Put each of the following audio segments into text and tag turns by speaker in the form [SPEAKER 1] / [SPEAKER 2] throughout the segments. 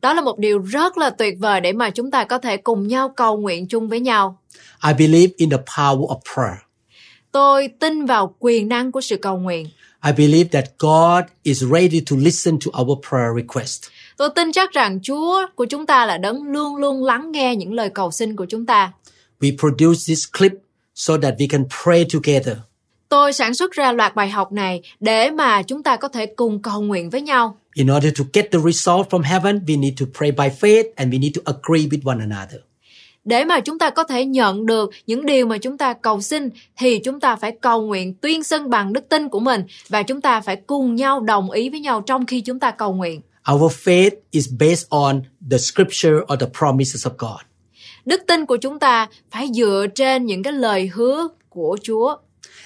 [SPEAKER 1] Đó là một điều rất là tuyệt vời để mà chúng ta có thể cùng nhau cầu nguyện chung với nhau.
[SPEAKER 2] I believe in the power of prayer.
[SPEAKER 1] Tôi tin vào quyền năng của sự cầu nguyện.
[SPEAKER 2] I believe that God is ready to listen to our prayer request.
[SPEAKER 1] Tôi tin chắc rằng Chúa của chúng ta là đấng luôn luôn lắng nghe những lời cầu xin của chúng ta.
[SPEAKER 2] We produce this clip so that we can pray together.
[SPEAKER 1] Tôi sản xuất ra loạt bài học này để mà chúng ta có thể cùng cầu nguyện với nhau.
[SPEAKER 2] In order to get the result from heaven, we need to pray by faith and we need to agree with one another.
[SPEAKER 1] Để mà chúng ta có thể nhận được những điều mà chúng ta cầu xin thì chúng ta phải cầu nguyện tuyên xưng bằng đức tin của mình và chúng ta phải cùng nhau đồng ý với nhau trong khi chúng ta cầu nguyện.
[SPEAKER 2] Our faith is based on the scripture or the promises of God.
[SPEAKER 1] Đức tin của chúng ta phải dựa trên những cái lời hứa của Chúa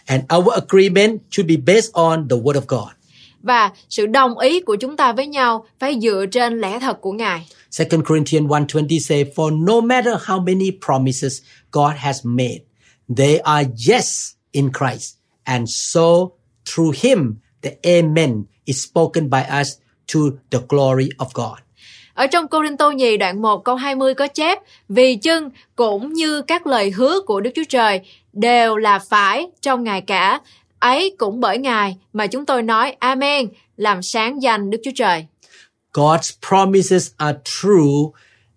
[SPEAKER 2] And our agreement should be based on the word of God.
[SPEAKER 1] và sự đồng ý của chúng ta với nhau phải dựa trên lẽ thật của Ngài.
[SPEAKER 2] 2 Corinthians 1.20 say, For no matter how many promises God has made, they are yes in Christ. And so through him, the amen is spoken by us to the glory of God.
[SPEAKER 1] Ở trong Cô Đinh Tô Nhì đoạn 1 câu 20 có chép Vì chưng cũng như các lời hứa của Đức Chúa Trời đều là phải trong Ngài cả. Ấy cũng bởi Ngài mà chúng tôi nói Amen làm sáng danh Đức Chúa Trời.
[SPEAKER 2] God's promises are true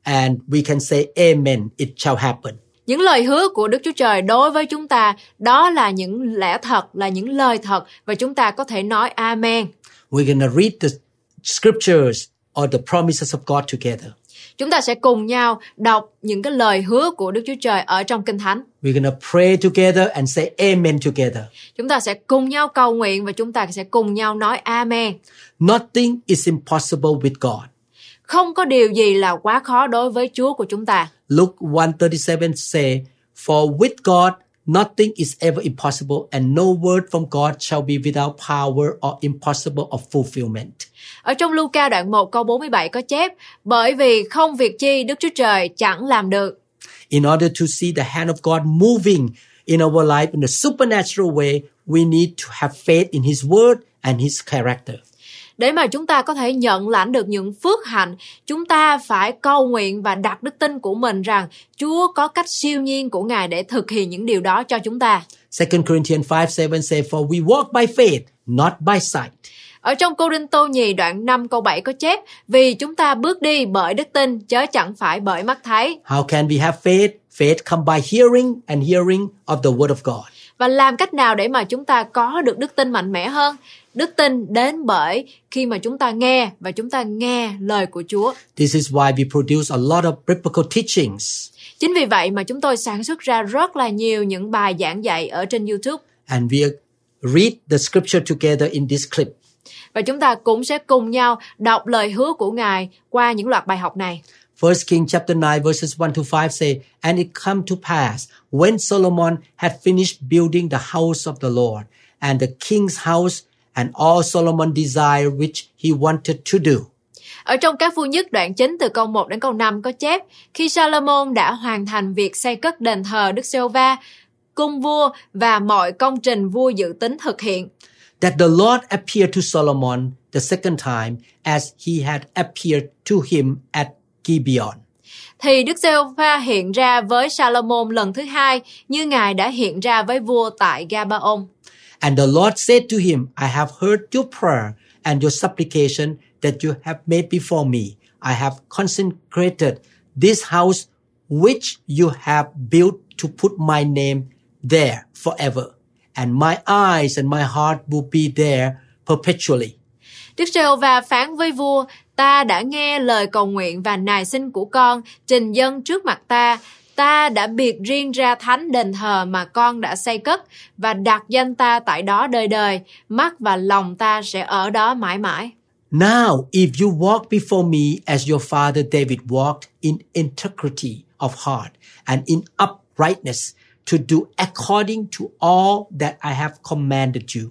[SPEAKER 2] and we can say amen. It shall happen.
[SPEAKER 1] Những lời hứa của Đức Chúa Trời đối với chúng ta đó là những lẽ thật, là những lời thật và chúng ta có thể nói Amen.
[SPEAKER 2] We're going to read the scriptures or the promises of God together.
[SPEAKER 1] Chúng ta sẽ cùng nhau đọc những cái lời hứa của Đức Chúa Trời ở trong Kinh Thánh.
[SPEAKER 2] We're going to pray together and say amen together.
[SPEAKER 1] Chúng ta sẽ cùng nhau cầu nguyện và chúng ta sẽ cùng nhau nói Amen.
[SPEAKER 2] Nothing is impossible with God.
[SPEAKER 1] Không có điều gì là quá khó đối với Chúa của chúng ta.
[SPEAKER 2] Luke 137 say, For with God nothing is ever impossible, and no word from God shall be without power or impossible of fulfillment.
[SPEAKER 1] Ở trong Luca đoạn 1 câu 47 có chép, bởi vì không việc chi Đức Chúa Trời chẳng làm được.
[SPEAKER 2] In order to see the hand of God moving in our life in a supernatural way, we need to have faith in His word and His character.
[SPEAKER 1] Để mà chúng ta có thể nhận lãnh được những phước hạnh, chúng ta phải cầu nguyện và đặt đức tin của mình rằng Chúa có cách siêu nhiên của Ngài để thực hiện những điều đó cho chúng ta.
[SPEAKER 2] 2 Corinthians 5 7 say, For we walk by faith, not by sight.
[SPEAKER 1] Ở trong Cô Đinh Tô Nhì đoạn 5 câu 7 có chép Vì chúng ta bước đi bởi đức tin chớ chẳng phải bởi mắt thấy
[SPEAKER 2] How can we have faith? Faith come by hearing and hearing of the word of God.
[SPEAKER 1] Và làm cách nào để mà chúng ta có được đức tin mạnh mẽ hơn Đức tin đến bởi khi mà chúng ta nghe và chúng ta nghe lời của Chúa
[SPEAKER 2] This is why we produce a lot of biblical teachings.
[SPEAKER 1] Chính vì vậy mà chúng tôi sản xuất ra rất là nhiều những bài giảng dạy ở trên YouTube
[SPEAKER 2] and we read the scripture together in this clip.
[SPEAKER 1] Và chúng ta cũng sẽ cùng nhau đọc lời hứa của Ngài qua những loạt bài học này
[SPEAKER 2] First King chapter 9 verses 1 to 5 say, And it come to pass when Solomon had finished building the house of the Lord and the king's house and all Solomon desired which he wanted to do.
[SPEAKER 1] Ở trong các vua nhất đoạn 9 từ câu 1 đến câu 5 có chép, khi Salomon đã hoàn thành việc xây cất đền thờ Đức giê va cung vua và mọi công trình vua dự tính thực hiện.
[SPEAKER 2] That the Lord appeared to Solomon the second time as he had appeared to him at Gibeon.
[SPEAKER 1] Thì Đức giê va hiện ra với Salomon lần thứ hai như Ngài đã hiện ra với vua tại Gabaon.
[SPEAKER 2] And the Lord said to him, I have heard your prayer and your supplication that you have made before me. I have consecrated this house which you have built to put my name there forever. And my eyes and my heart will be there perpetually.
[SPEAKER 1] Đức giê va phán với vua, ta đã nghe lời cầu nguyện và nài xin của con trình dân trước mặt ta. Ta đã biệt riêng ra thánh đền thờ mà con đã xây cất và đặt danh ta tại đó đời đời. Mắt và lòng ta sẽ ở đó mãi mãi.
[SPEAKER 2] Now, if you walk before me as your father David walked in integrity of heart and in uprightness to do according to all that I have commanded you,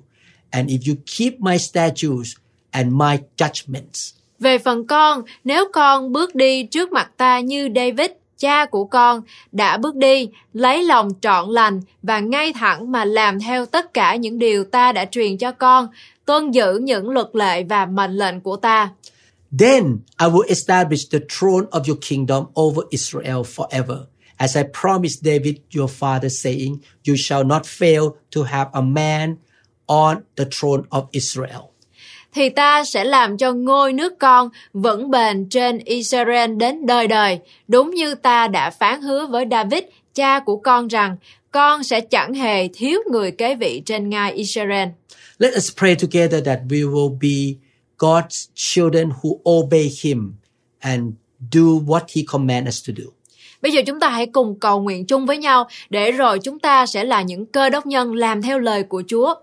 [SPEAKER 2] and if you keep my statutes and my judgments.
[SPEAKER 1] Về phần con, nếu con bước đi trước mặt ta như David, cha của con, đã bước đi, lấy lòng trọn lành và ngay thẳng mà làm theo tất cả những điều ta đã truyền cho con, tuân giữ những luật lệ và mệnh lệnh của ta.
[SPEAKER 2] Then I will establish the throne of your kingdom over Israel forever. As I promised David your father, saying, You shall not fail to have a man on the throne of Israel.
[SPEAKER 1] Thì ta sẽ làm cho ngôi nước con vững bền trên Israel đến đời đời, đúng như ta đã phán hứa với David, cha của con rằng, con sẽ chẳng hề thiếu người kế vị trên ngai Israel.
[SPEAKER 2] Let us pray together that we will be God's children who obey Him and do what He commands us to do.
[SPEAKER 1] Bây giờ chúng ta hãy cùng cầu nguyện chung với nhau để rồi chúng ta sẽ là những cơ đốc nhân làm theo lời của Chúa.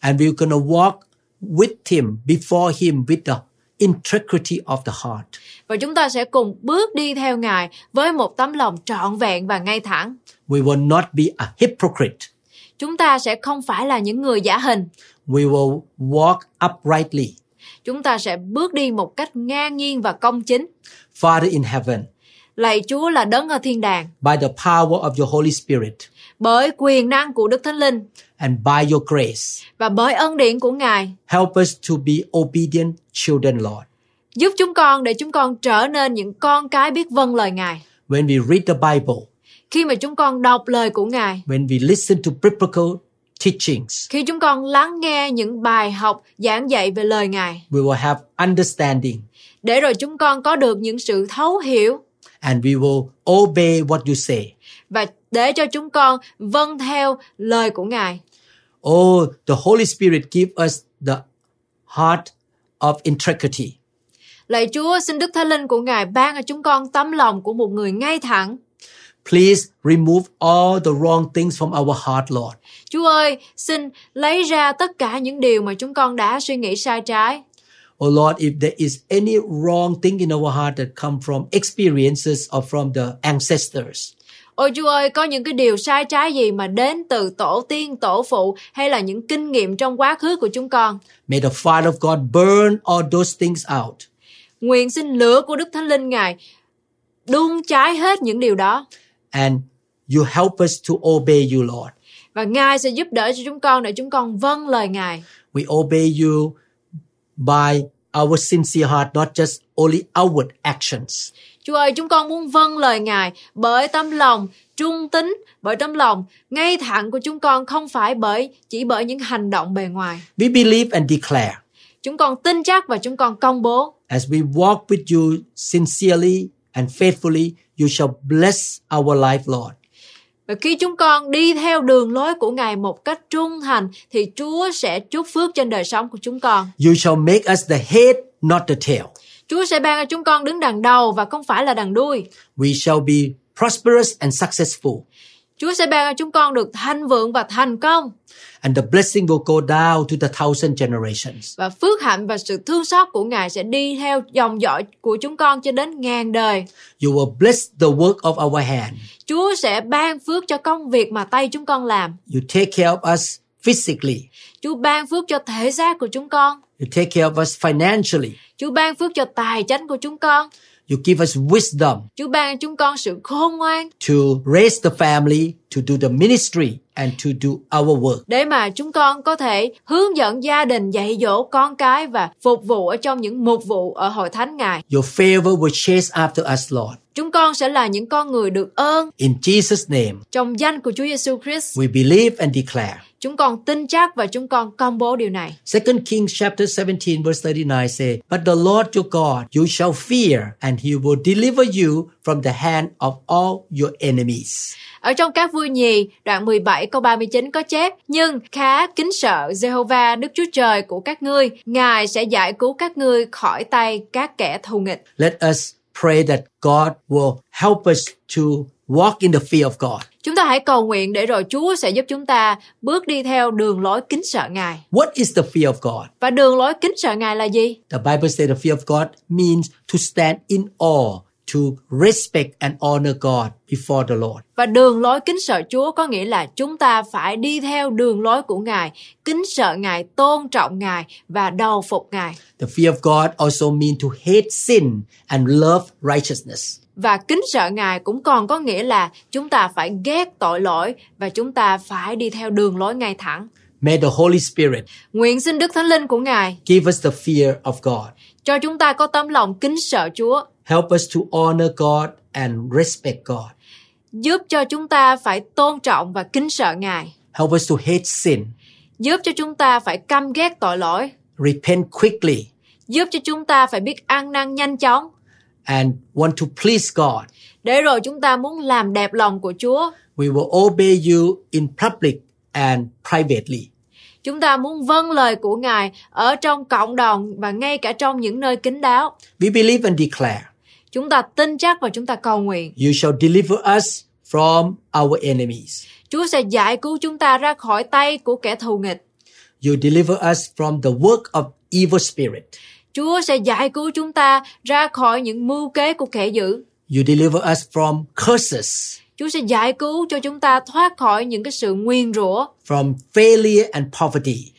[SPEAKER 2] And we're going to walk with Him, before Him, with the integrity of the heart.
[SPEAKER 1] Và chúng ta sẽ cùng bước đi theo Ngài với một tấm lòng trọn vẹn và ngay thẳng.
[SPEAKER 2] We will not be a hypocrite.
[SPEAKER 1] Chúng ta sẽ không phải là những người giả hình.
[SPEAKER 2] We will walk uprightly.
[SPEAKER 1] Chúng ta sẽ bước đi một cách ngang nhiên và công chính.
[SPEAKER 2] Father in heaven,
[SPEAKER 1] Lạy Chúa là đấng ở thiên đàng,
[SPEAKER 2] by the power of your Holy Spirit
[SPEAKER 1] bởi quyền năng của Đức Thánh Linh
[SPEAKER 2] and by your grace,
[SPEAKER 1] và bởi ân điển của Ngài,
[SPEAKER 2] help us to be obedient children, Lord.
[SPEAKER 1] giúp chúng con để chúng con trở nên những con cái biết vâng lời Ngài.
[SPEAKER 2] When we read the Bible,
[SPEAKER 1] Khi mà chúng con đọc lời của Ngài,
[SPEAKER 2] when we listen to biblical teachings,
[SPEAKER 1] khi chúng con lắng nghe những bài học giảng dạy về lời Ngài,
[SPEAKER 2] we will have understanding
[SPEAKER 1] để rồi chúng con có được những sự thấu hiểu
[SPEAKER 2] and we will obey what you say.
[SPEAKER 1] và để cho chúng con vâng theo lời của Ngài.
[SPEAKER 2] Oh, the Holy Spirit give us the heart of integrity.
[SPEAKER 1] Lạy Chúa, xin Đức Thánh Linh của Ngài ban cho chúng con tấm lòng của một người ngay thẳng.
[SPEAKER 2] Please remove all the wrong things from our heart, Lord.
[SPEAKER 1] Chúa ơi, xin lấy ra tất cả những điều mà chúng con đã suy nghĩ sai trái.
[SPEAKER 2] Oh Lord, if there is any wrong thing in our heart that come from experiences or from the ancestors,
[SPEAKER 1] Ôi Chúa ơi, có những cái điều sai trái gì mà đến từ tổ tiên, tổ phụ hay là những kinh nghiệm trong quá khứ của chúng con.
[SPEAKER 2] may the fire of God burn all those things out.
[SPEAKER 1] Nguyện xin lửa của Đức Thánh Linh Ngài đun cháy hết những điều đó.
[SPEAKER 2] And you help us to obey you, Lord.
[SPEAKER 1] Và Ngài sẽ giúp đỡ cho chúng con để chúng con vâng lời Ngài.
[SPEAKER 2] We obey you by our sincere heart, not just only outward actions.
[SPEAKER 1] Chúa ơi, chúng con muốn vâng lời Ngài bởi tấm lòng trung tín, bởi tấm lòng ngay thẳng của chúng con không phải bởi chỉ bởi những hành động bề ngoài.
[SPEAKER 2] We believe and declare
[SPEAKER 1] Chúng con tin chắc và chúng con công bố.
[SPEAKER 2] as we walk with you sincerely and faithfully, you shall bless our life, Lord.
[SPEAKER 1] Và khi chúng con đi theo đường lối của Ngài một cách trung thành thì Chúa sẽ chúc phước trên đời sống của chúng con.
[SPEAKER 2] You shall make us the head, not the tail.
[SPEAKER 1] Chúa sẽ ban cho chúng con đứng đằng đầu và không phải là đằng đuôi.
[SPEAKER 2] We shall be prosperous and successful,
[SPEAKER 1] Chúa sẽ ban cho chúng con được thanh vượng và thành công
[SPEAKER 2] and the blessing will go down to the thousand generations.
[SPEAKER 1] và phước hạnh và sự thương xót của Ngài sẽ đi theo dòng dõi của chúng con cho đến ngàn đời.
[SPEAKER 2] You will bless the work of our hand.
[SPEAKER 1] Chúa sẽ ban phước cho công việc mà tay chúng con làm.
[SPEAKER 2] You take care of us physically.
[SPEAKER 1] Chúa ban phước cho thể xác của chúng con.
[SPEAKER 2] You take care of us financially.
[SPEAKER 1] Chúa ban phước cho tài chánh của chúng con.
[SPEAKER 2] You give us wisdom
[SPEAKER 1] Chúa ban cho chúng con sự khôn ngoan
[SPEAKER 2] to raise the family, to do the ministry, and to do our work.
[SPEAKER 1] để mà chúng con có thể hướng dẫn gia đình dạy dỗ con cái và phục vụ ở trong những mục vụ ở hội thánh Ngài.
[SPEAKER 2] Your favor will chase after us, Lord.
[SPEAKER 1] Chúng con sẽ là những con người được ơn
[SPEAKER 2] In Jesus' name,
[SPEAKER 1] trong danh của Chúa Giêsu Christ.
[SPEAKER 2] we believe and declare.
[SPEAKER 1] Chúng con tin chắc và chúng con công bố điều này.
[SPEAKER 2] Second Kings chapter 17 verse 39 say, But the Lord your God you shall fear, and he will deliver you from the hand of all your enemies.
[SPEAKER 1] Ở trong các vui nhì, đoạn 17 câu 39 có chép, nhưng khá kính sợ Jehovah Đức Chúa Trời của các ngươi, Ngài sẽ giải cứu các ngươi khỏi tay các kẻ thù nghịch.
[SPEAKER 2] Let us pray that God will help us to walk in the fear of God.
[SPEAKER 1] Chúng ta hãy cầu nguyện để rồi Chúa sẽ giúp chúng ta bước đi theo đường lối kính sợ Ngài.
[SPEAKER 2] What is the fear of God?
[SPEAKER 1] Và đường lối kính sợ Ngài là gì?
[SPEAKER 2] The Bible says the fear of God means to stand in awe, to respect and honor God before the Lord.
[SPEAKER 1] Và đường lối kính sợ Chúa có nghĩa là chúng ta phải đi theo đường lối của Ngài, kính sợ Ngài, tôn trọng Ngài và đầu phục Ngài.
[SPEAKER 2] The fear of God also means to hate sin and love righteousness.
[SPEAKER 1] Và kính sợ Ngài cũng còn có nghĩa là chúng ta phải ghét tội lỗi và chúng ta phải đi theo đường lối ngay thẳng.
[SPEAKER 2] May the Holy Spirit
[SPEAKER 1] Nguyện xin Đức Thánh Linh của Ngài
[SPEAKER 2] give us the fear of God.
[SPEAKER 1] cho chúng ta có tấm lòng kính sợ Chúa,
[SPEAKER 2] Help us to honor God and respect God.
[SPEAKER 1] giúp cho chúng ta phải tôn trọng và kính sợ Ngài,
[SPEAKER 2] Help us to hate sin,
[SPEAKER 1] giúp cho chúng ta phải căm ghét tội lỗi,
[SPEAKER 2] repent quickly,
[SPEAKER 1] giúp cho chúng ta phải biết ăn năn nhanh chóng,
[SPEAKER 2] and want to please God.
[SPEAKER 1] để rồi chúng ta muốn làm đẹp lòng của Chúa,
[SPEAKER 2] We will obey you in public and privately.
[SPEAKER 1] chúng ta muốn vâng lời của Ngài ở trong cộng đồng và ngay cả trong những nơi kín đáo.
[SPEAKER 2] We believe and declare,
[SPEAKER 1] Chúng ta tin chắc và chúng ta cầu nguyện,
[SPEAKER 2] you shall deliver us from our enemies.
[SPEAKER 1] Chúa sẽ giải cứu chúng ta ra khỏi tay của kẻ thù nghịch.
[SPEAKER 2] You deliver us from the work of evil spirit.
[SPEAKER 1] Chúa sẽ giải cứu chúng ta ra khỏi những mưu kế của kẻ dữ.
[SPEAKER 2] You deliver us from curses,
[SPEAKER 1] Chúa sẽ giải cứu cho chúng ta thoát khỏi những cái sự nguyền rủa.
[SPEAKER 2] from failure and poverty,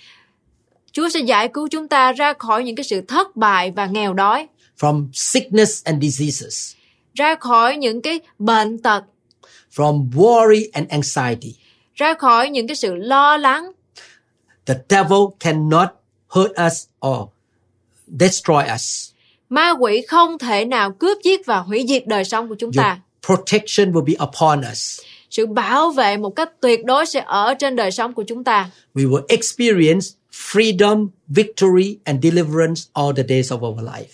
[SPEAKER 1] Chúa sẽ giải cứu chúng ta ra khỏi những cái sự thất bại và nghèo đói,
[SPEAKER 2] from sickness and diseases,
[SPEAKER 1] ra khỏi những cái bệnh tật,
[SPEAKER 2] from worry and anxiety.
[SPEAKER 1] ra khỏi những cái sự lo lắng.
[SPEAKER 2] The devil cannot hurt us or destroy us.
[SPEAKER 1] Ma quỷ không thể nào cướp giết và hủy diệt đời sống của chúng
[SPEAKER 2] Your
[SPEAKER 1] ta.
[SPEAKER 2] protection will be upon us.
[SPEAKER 1] Sự bảo vệ một cách tuyệt đối sẽ ở trên đời sống của chúng ta.
[SPEAKER 2] We will experience freedom, victory, and deliverance all the days of our life.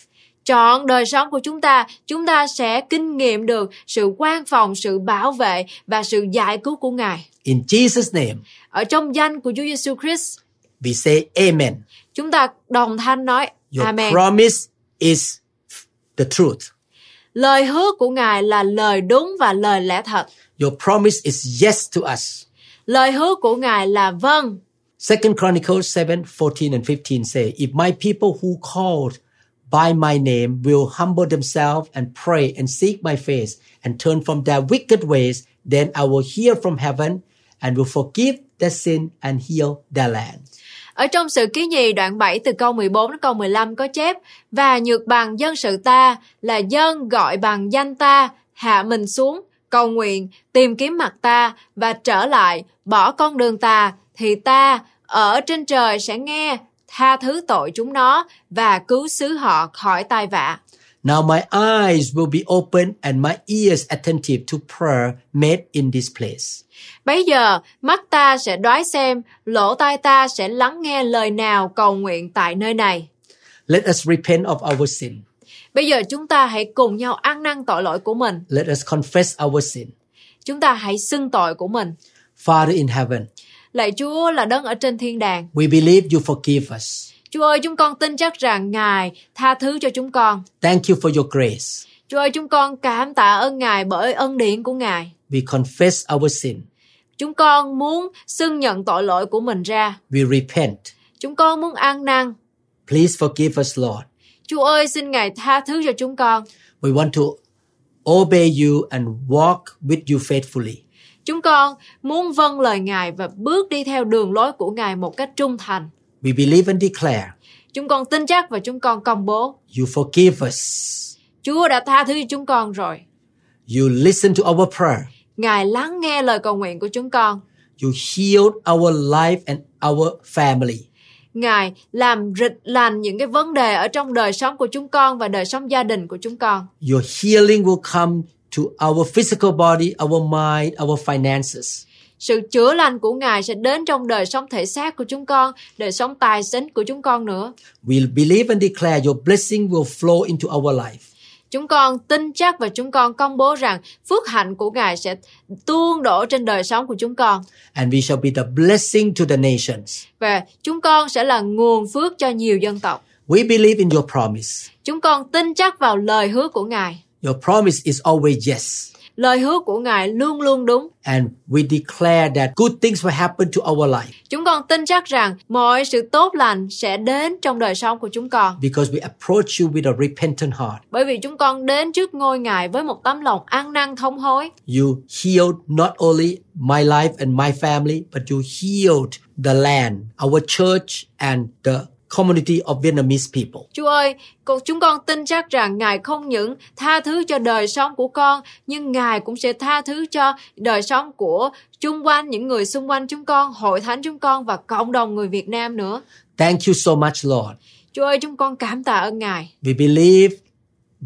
[SPEAKER 1] Chọn đời sống của chúng ta, chúng ta sẽ kinh nghiệm được sự quan phòng, sự bảo vệ và sự giải cứu của Ngài.
[SPEAKER 2] In Jesus' name,
[SPEAKER 1] Ở trong danh của Chúa Giêsu Christ,
[SPEAKER 2] we say Amen.
[SPEAKER 1] chúng ta đồng thanh nói
[SPEAKER 2] Your
[SPEAKER 1] Amen.
[SPEAKER 2] promise is the truth.
[SPEAKER 1] Lời hứa của Ngài là lời đúng và lời lẽ thật.
[SPEAKER 2] Your promise is yes to us.
[SPEAKER 1] Lời hứa của Ngài là vâng.
[SPEAKER 2] Second Chronicles 7, 14 and 15 say, If my people who called by my name will humble themselves and pray and seek my face and turn from their wicked ways, then I will hear from heaven and will forgive their sin and heal their land.
[SPEAKER 1] Ở trong sự ký nhì đoạn 7 từ câu 14 đến câu 15 có chép Và nhược bằng dân sự ta là dân gọi bằng danh ta hạ mình xuống cầu nguyện tìm kiếm mặt ta và trở lại bỏ con đường ta thì ta ở trên trời sẽ nghe tha thứ tội chúng nó và cứu xứ họ khỏi tai vạ.
[SPEAKER 2] Now my eyes will be open and my ears attentive to prayer made in this place.
[SPEAKER 1] Bây giờ, mắt ta sẽ đoái xem, lỗ tai ta sẽ lắng nghe lời nào cầu nguyện tại nơi này.
[SPEAKER 2] Let us repent of our sin.
[SPEAKER 1] Bây giờ chúng ta hãy cùng nhau ăn năn tội lỗi của mình.
[SPEAKER 2] Let us confess our sin.
[SPEAKER 1] Chúng ta hãy xưng tội của mình.
[SPEAKER 2] Father in heaven,
[SPEAKER 1] Lạy Chúa là đấng ở trên thiên đàng.
[SPEAKER 2] we believe you forgive us.
[SPEAKER 1] Chúa ơi, chúng con tin chắc rằng Ngài tha thứ cho chúng con.
[SPEAKER 2] Thank you for your grace.
[SPEAKER 1] Chúa ơi, chúng con cảm tạ ơn Ngài bởi ân điển của Ngài.
[SPEAKER 2] We confess our sin.
[SPEAKER 1] Chúng con muốn xưng nhận tội lỗi của mình ra.
[SPEAKER 2] We repent.
[SPEAKER 1] Chúng con muốn ăn năn.
[SPEAKER 2] Please forgive us, Lord.
[SPEAKER 1] Chúa ơi, xin Ngài tha thứ cho chúng con.
[SPEAKER 2] We want to obey you and walk with you faithfully.
[SPEAKER 1] Chúng con muốn vâng lời Ngài và bước đi theo đường lối của Ngài một cách trung thành.
[SPEAKER 2] We believe and declare
[SPEAKER 1] Chúng con tin chắc và chúng con công bố.
[SPEAKER 2] you forgive us.
[SPEAKER 1] Chúa đã tha thứ cho chúng con rồi.
[SPEAKER 2] You listen to our prayer.
[SPEAKER 1] Ngài lắng nghe lời cầu nguyện của chúng con.
[SPEAKER 2] You healed our life and our family.
[SPEAKER 1] Ngài làm rịch lành những cái vấn đề ở trong đời sống của chúng con và đời sống gia đình của chúng con.
[SPEAKER 2] Your healing will come to our physical body, our mind, our finances.
[SPEAKER 1] Sự chữa lành của Ngài sẽ đến trong đời sống thể xác của chúng con, đời sống tài chính của chúng con nữa.
[SPEAKER 2] We believe and declare your blessing will flow into our life.
[SPEAKER 1] Chúng con tin chắc và chúng con công bố rằng phước hạnh của Ngài sẽ tuôn đổ trên đời sống của chúng con.
[SPEAKER 2] and we shall be the blessing to the nations.
[SPEAKER 1] và chúng con sẽ là nguồn phước cho nhiều dân tộc.
[SPEAKER 2] We believe in your promise.
[SPEAKER 1] Chúng con tin chắc vào lời hứa của Ngài.
[SPEAKER 2] Your promise is always yes.
[SPEAKER 1] Lời hứa của Ngài luôn luôn đúng.
[SPEAKER 2] And we declare that good things will happen to our life
[SPEAKER 1] Chúng con tin chắc rằng mọi sự tốt lành sẽ đến trong đời sống của chúng con.
[SPEAKER 2] because we approach you with a repentant heart.
[SPEAKER 1] Bởi vì chúng con đến trước ngôi Ngài với một tấm lòng ăn năn thống hối.
[SPEAKER 2] You healed not only my life and my family, but you healed the land, our church, and the community of Vietnamese people.
[SPEAKER 1] Chúa ơi, con- chúng con tin chắc rằng Ngài không những tha thứ cho đời sống của con, nhưng Ngài cũng sẽ tha thứ cho đời sống của chung quanh, những người xung quanh chúng con, hội thánh chúng con và cộng đồng người Việt Nam nữa.
[SPEAKER 2] Thank you so much, Lord.
[SPEAKER 1] Chúa ơi, chúng con cảm tạ ơn Ngài.
[SPEAKER 2] We believe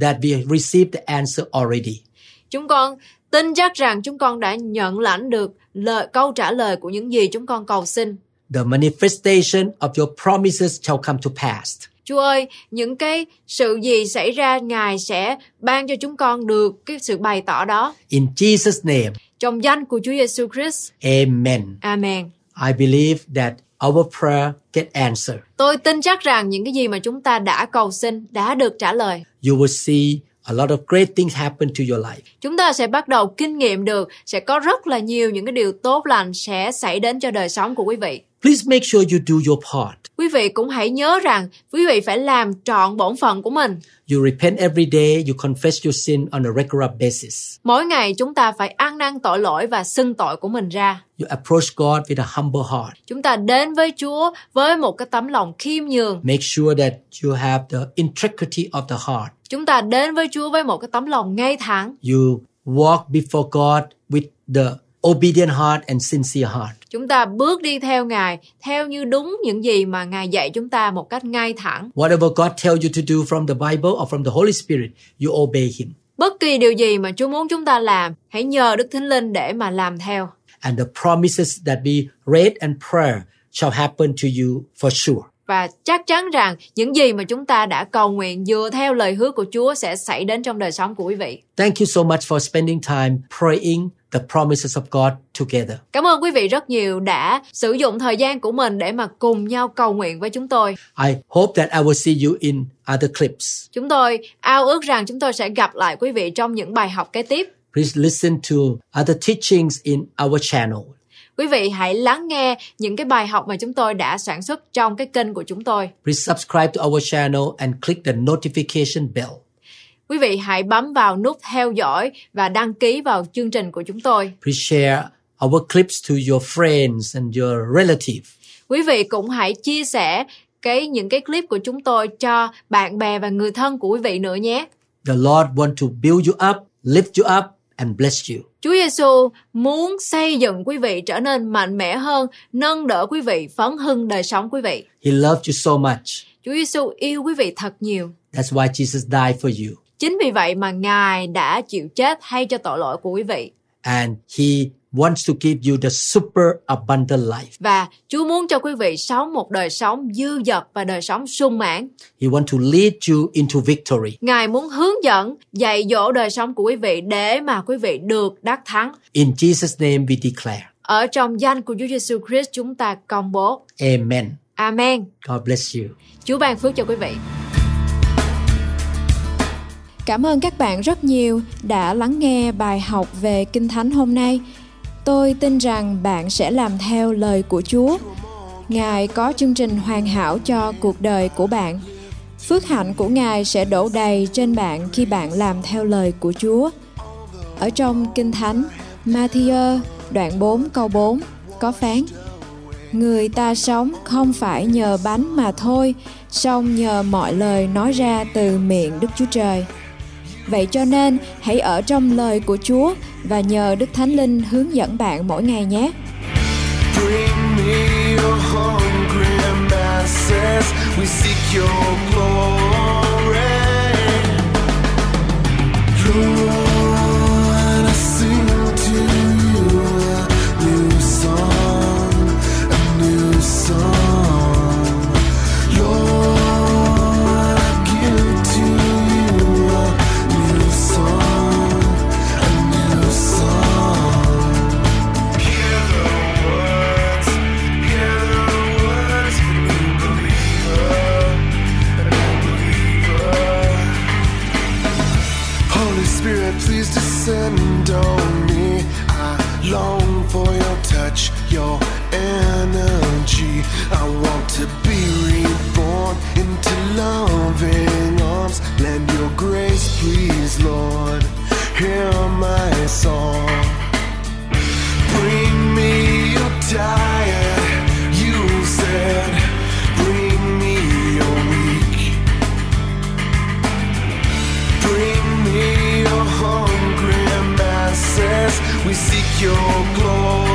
[SPEAKER 2] that we received the answer already.
[SPEAKER 1] Chúng con tin chắc rằng chúng con đã nhận lãnh được lời câu trả lời của những gì chúng con cầu xin.
[SPEAKER 2] The manifestation of your promises shall come to pass.
[SPEAKER 1] Chúa ơi, những cái sự gì xảy ra Ngài sẽ ban cho chúng con được cái sự bày tỏ đó.
[SPEAKER 2] In Jesus' name,
[SPEAKER 1] Trong danh của Chúa Giêsu Christ.
[SPEAKER 2] amen.
[SPEAKER 1] Amen.
[SPEAKER 2] I believe that our prayer get answered.
[SPEAKER 1] Tôi tin chắc rằng những cái gì mà chúng ta đã cầu xin đã được trả lời.
[SPEAKER 2] You will see a lot of great things happen to your life.
[SPEAKER 1] Chúng ta sẽ bắt đầu kinh nghiệm được sẽ có rất là nhiều những cái điều tốt lành sẽ xảy đến cho đời sống của quý vị.
[SPEAKER 2] Please make sure you do your part.
[SPEAKER 1] Quý vị cũng hãy nhớ rằng quý vị phải làm trọn bổn phận của mình.
[SPEAKER 2] You repent every day, you confess your sin on a regular basis.
[SPEAKER 1] Mỗi ngày chúng ta phải ăn năn tội lỗi và xưng tội của mình ra.
[SPEAKER 2] You approach God with a humble heart.
[SPEAKER 1] Chúng ta đến với Chúa với một cái tấm lòng khiêm nhường.
[SPEAKER 2] Make sure that you have the integrity of the heart.
[SPEAKER 1] Chúng ta đến với Chúa với một cái tấm lòng ngay thẳng.
[SPEAKER 2] You walk before God with the obedient heart and sincere heart.
[SPEAKER 1] Chúng ta bước đi theo Ngài theo như đúng những gì mà Ngài dạy chúng ta một cách ngay thẳng.
[SPEAKER 2] Whatever God tells you to do from the Bible or from the Holy Spirit, you obey Him.
[SPEAKER 1] Bất kỳ điều gì mà Chúa muốn chúng ta làm, hãy nhờ Đức Thánh Linh để mà làm theo.
[SPEAKER 2] And the promises that we read and prayer shall happen to you for sure.
[SPEAKER 1] Và chắc chắn rằng những gì mà chúng ta đã cầu nguyện dựa theo lời hứa của Chúa sẽ xảy đến trong đời sống của quý vị.
[SPEAKER 2] Thank you so much for spending time praying the promises of God together.
[SPEAKER 1] Cảm ơn quý vị rất nhiều đã sử dụng thời gian của mình để mà cùng nhau cầu nguyện với chúng tôi.
[SPEAKER 2] I hope that I will see you in other clips.
[SPEAKER 1] Chúng tôi ao ước rằng chúng tôi sẽ gặp lại quý vị trong những bài học kế tiếp.
[SPEAKER 2] Please listen to other teachings in our channel.
[SPEAKER 1] Quý vị hãy lắng nghe những cái bài học mà chúng tôi đã sản xuất trong cái kênh của chúng tôi.
[SPEAKER 2] Please subscribe to our channel and click the notification bell.
[SPEAKER 1] Quý vị hãy bấm vào nút theo dõi và đăng ký vào chương trình của chúng tôi.
[SPEAKER 2] Please share our clips to your friends and your relative.
[SPEAKER 1] quý vị cũng hãy chia sẻ cái những cái clip của chúng tôi cho bạn bè và người thân của quý vị nữa nhé.
[SPEAKER 2] The Lord want to build you up, lift you up, and bless you.
[SPEAKER 1] Chúa Giêsu muốn xây dựng quý vị trở nên mạnh mẽ hơn, nâng đỡ quý vị, phấn hưng đời sống quý vị.
[SPEAKER 2] He loved you so much.
[SPEAKER 1] Chúa Giêsu yêu quý vị thật nhiều.
[SPEAKER 2] That's why Jesus died for you.
[SPEAKER 1] Chính vì vậy mà Ngài đã chịu chết thay cho tội lỗi của quý vị
[SPEAKER 2] And He wants to give you the super abundant life.
[SPEAKER 1] và Chúa muốn cho quý vị sống một đời sống dư dật và đời sống sung mãn.
[SPEAKER 2] He wants to lead you into victory.
[SPEAKER 1] Ngài muốn hướng dẫn, dạy dỗ đời sống của quý vị để mà quý vị được đắc thắng.
[SPEAKER 2] In Jesus' name we declare.
[SPEAKER 1] Ở trong danh của Chúa Giêsu Christ chúng ta công bố.
[SPEAKER 2] Amen.
[SPEAKER 1] Amen.
[SPEAKER 2] God bless you.
[SPEAKER 1] Chúa ban phước cho quý vị.
[SPEAKER 3] Cảm ơn các bạn rất nhiều đã lắng nghe bài học về Kinh Thánh hôm nay. Tôi tin rằng bạn sẽ làm theo lời của Chúa. Ngài có chương trình hoàn hảo cho cuộc đời của bạn. Phước hạnh của Ngài sẽ đổ đầy trên bạn khi bạn làm theo lời của Chúa. Ở trong Kinh Thánh, Matthew đoạn 4 câu 4 có phán Người ta sống không phải nhờ bánh mà thôi, song nhờ mọi lời nói ra từ miệng Đức Chúa Trời. Vậy cho nên, hãy ở trong lời của Chúa và nhờ Đức Thánh Linh hướng dẫn bạn mỗi ngày nhé.
[SPEAKER 4] Bring me your hungry masses. We seek your glory. Lord, I sing to you a new song, a new song. Lord, I give to you a new song, a new song. Hear the words, hear the words, new believer, an Please descend on me. I long for your touch, your energy. I want to be reborn into loving arms. Lend your grace, please, Lord. Hear my song. Bring me your diet, you said. Bring me your weak. Bring me your hungry masses. We seek your glory.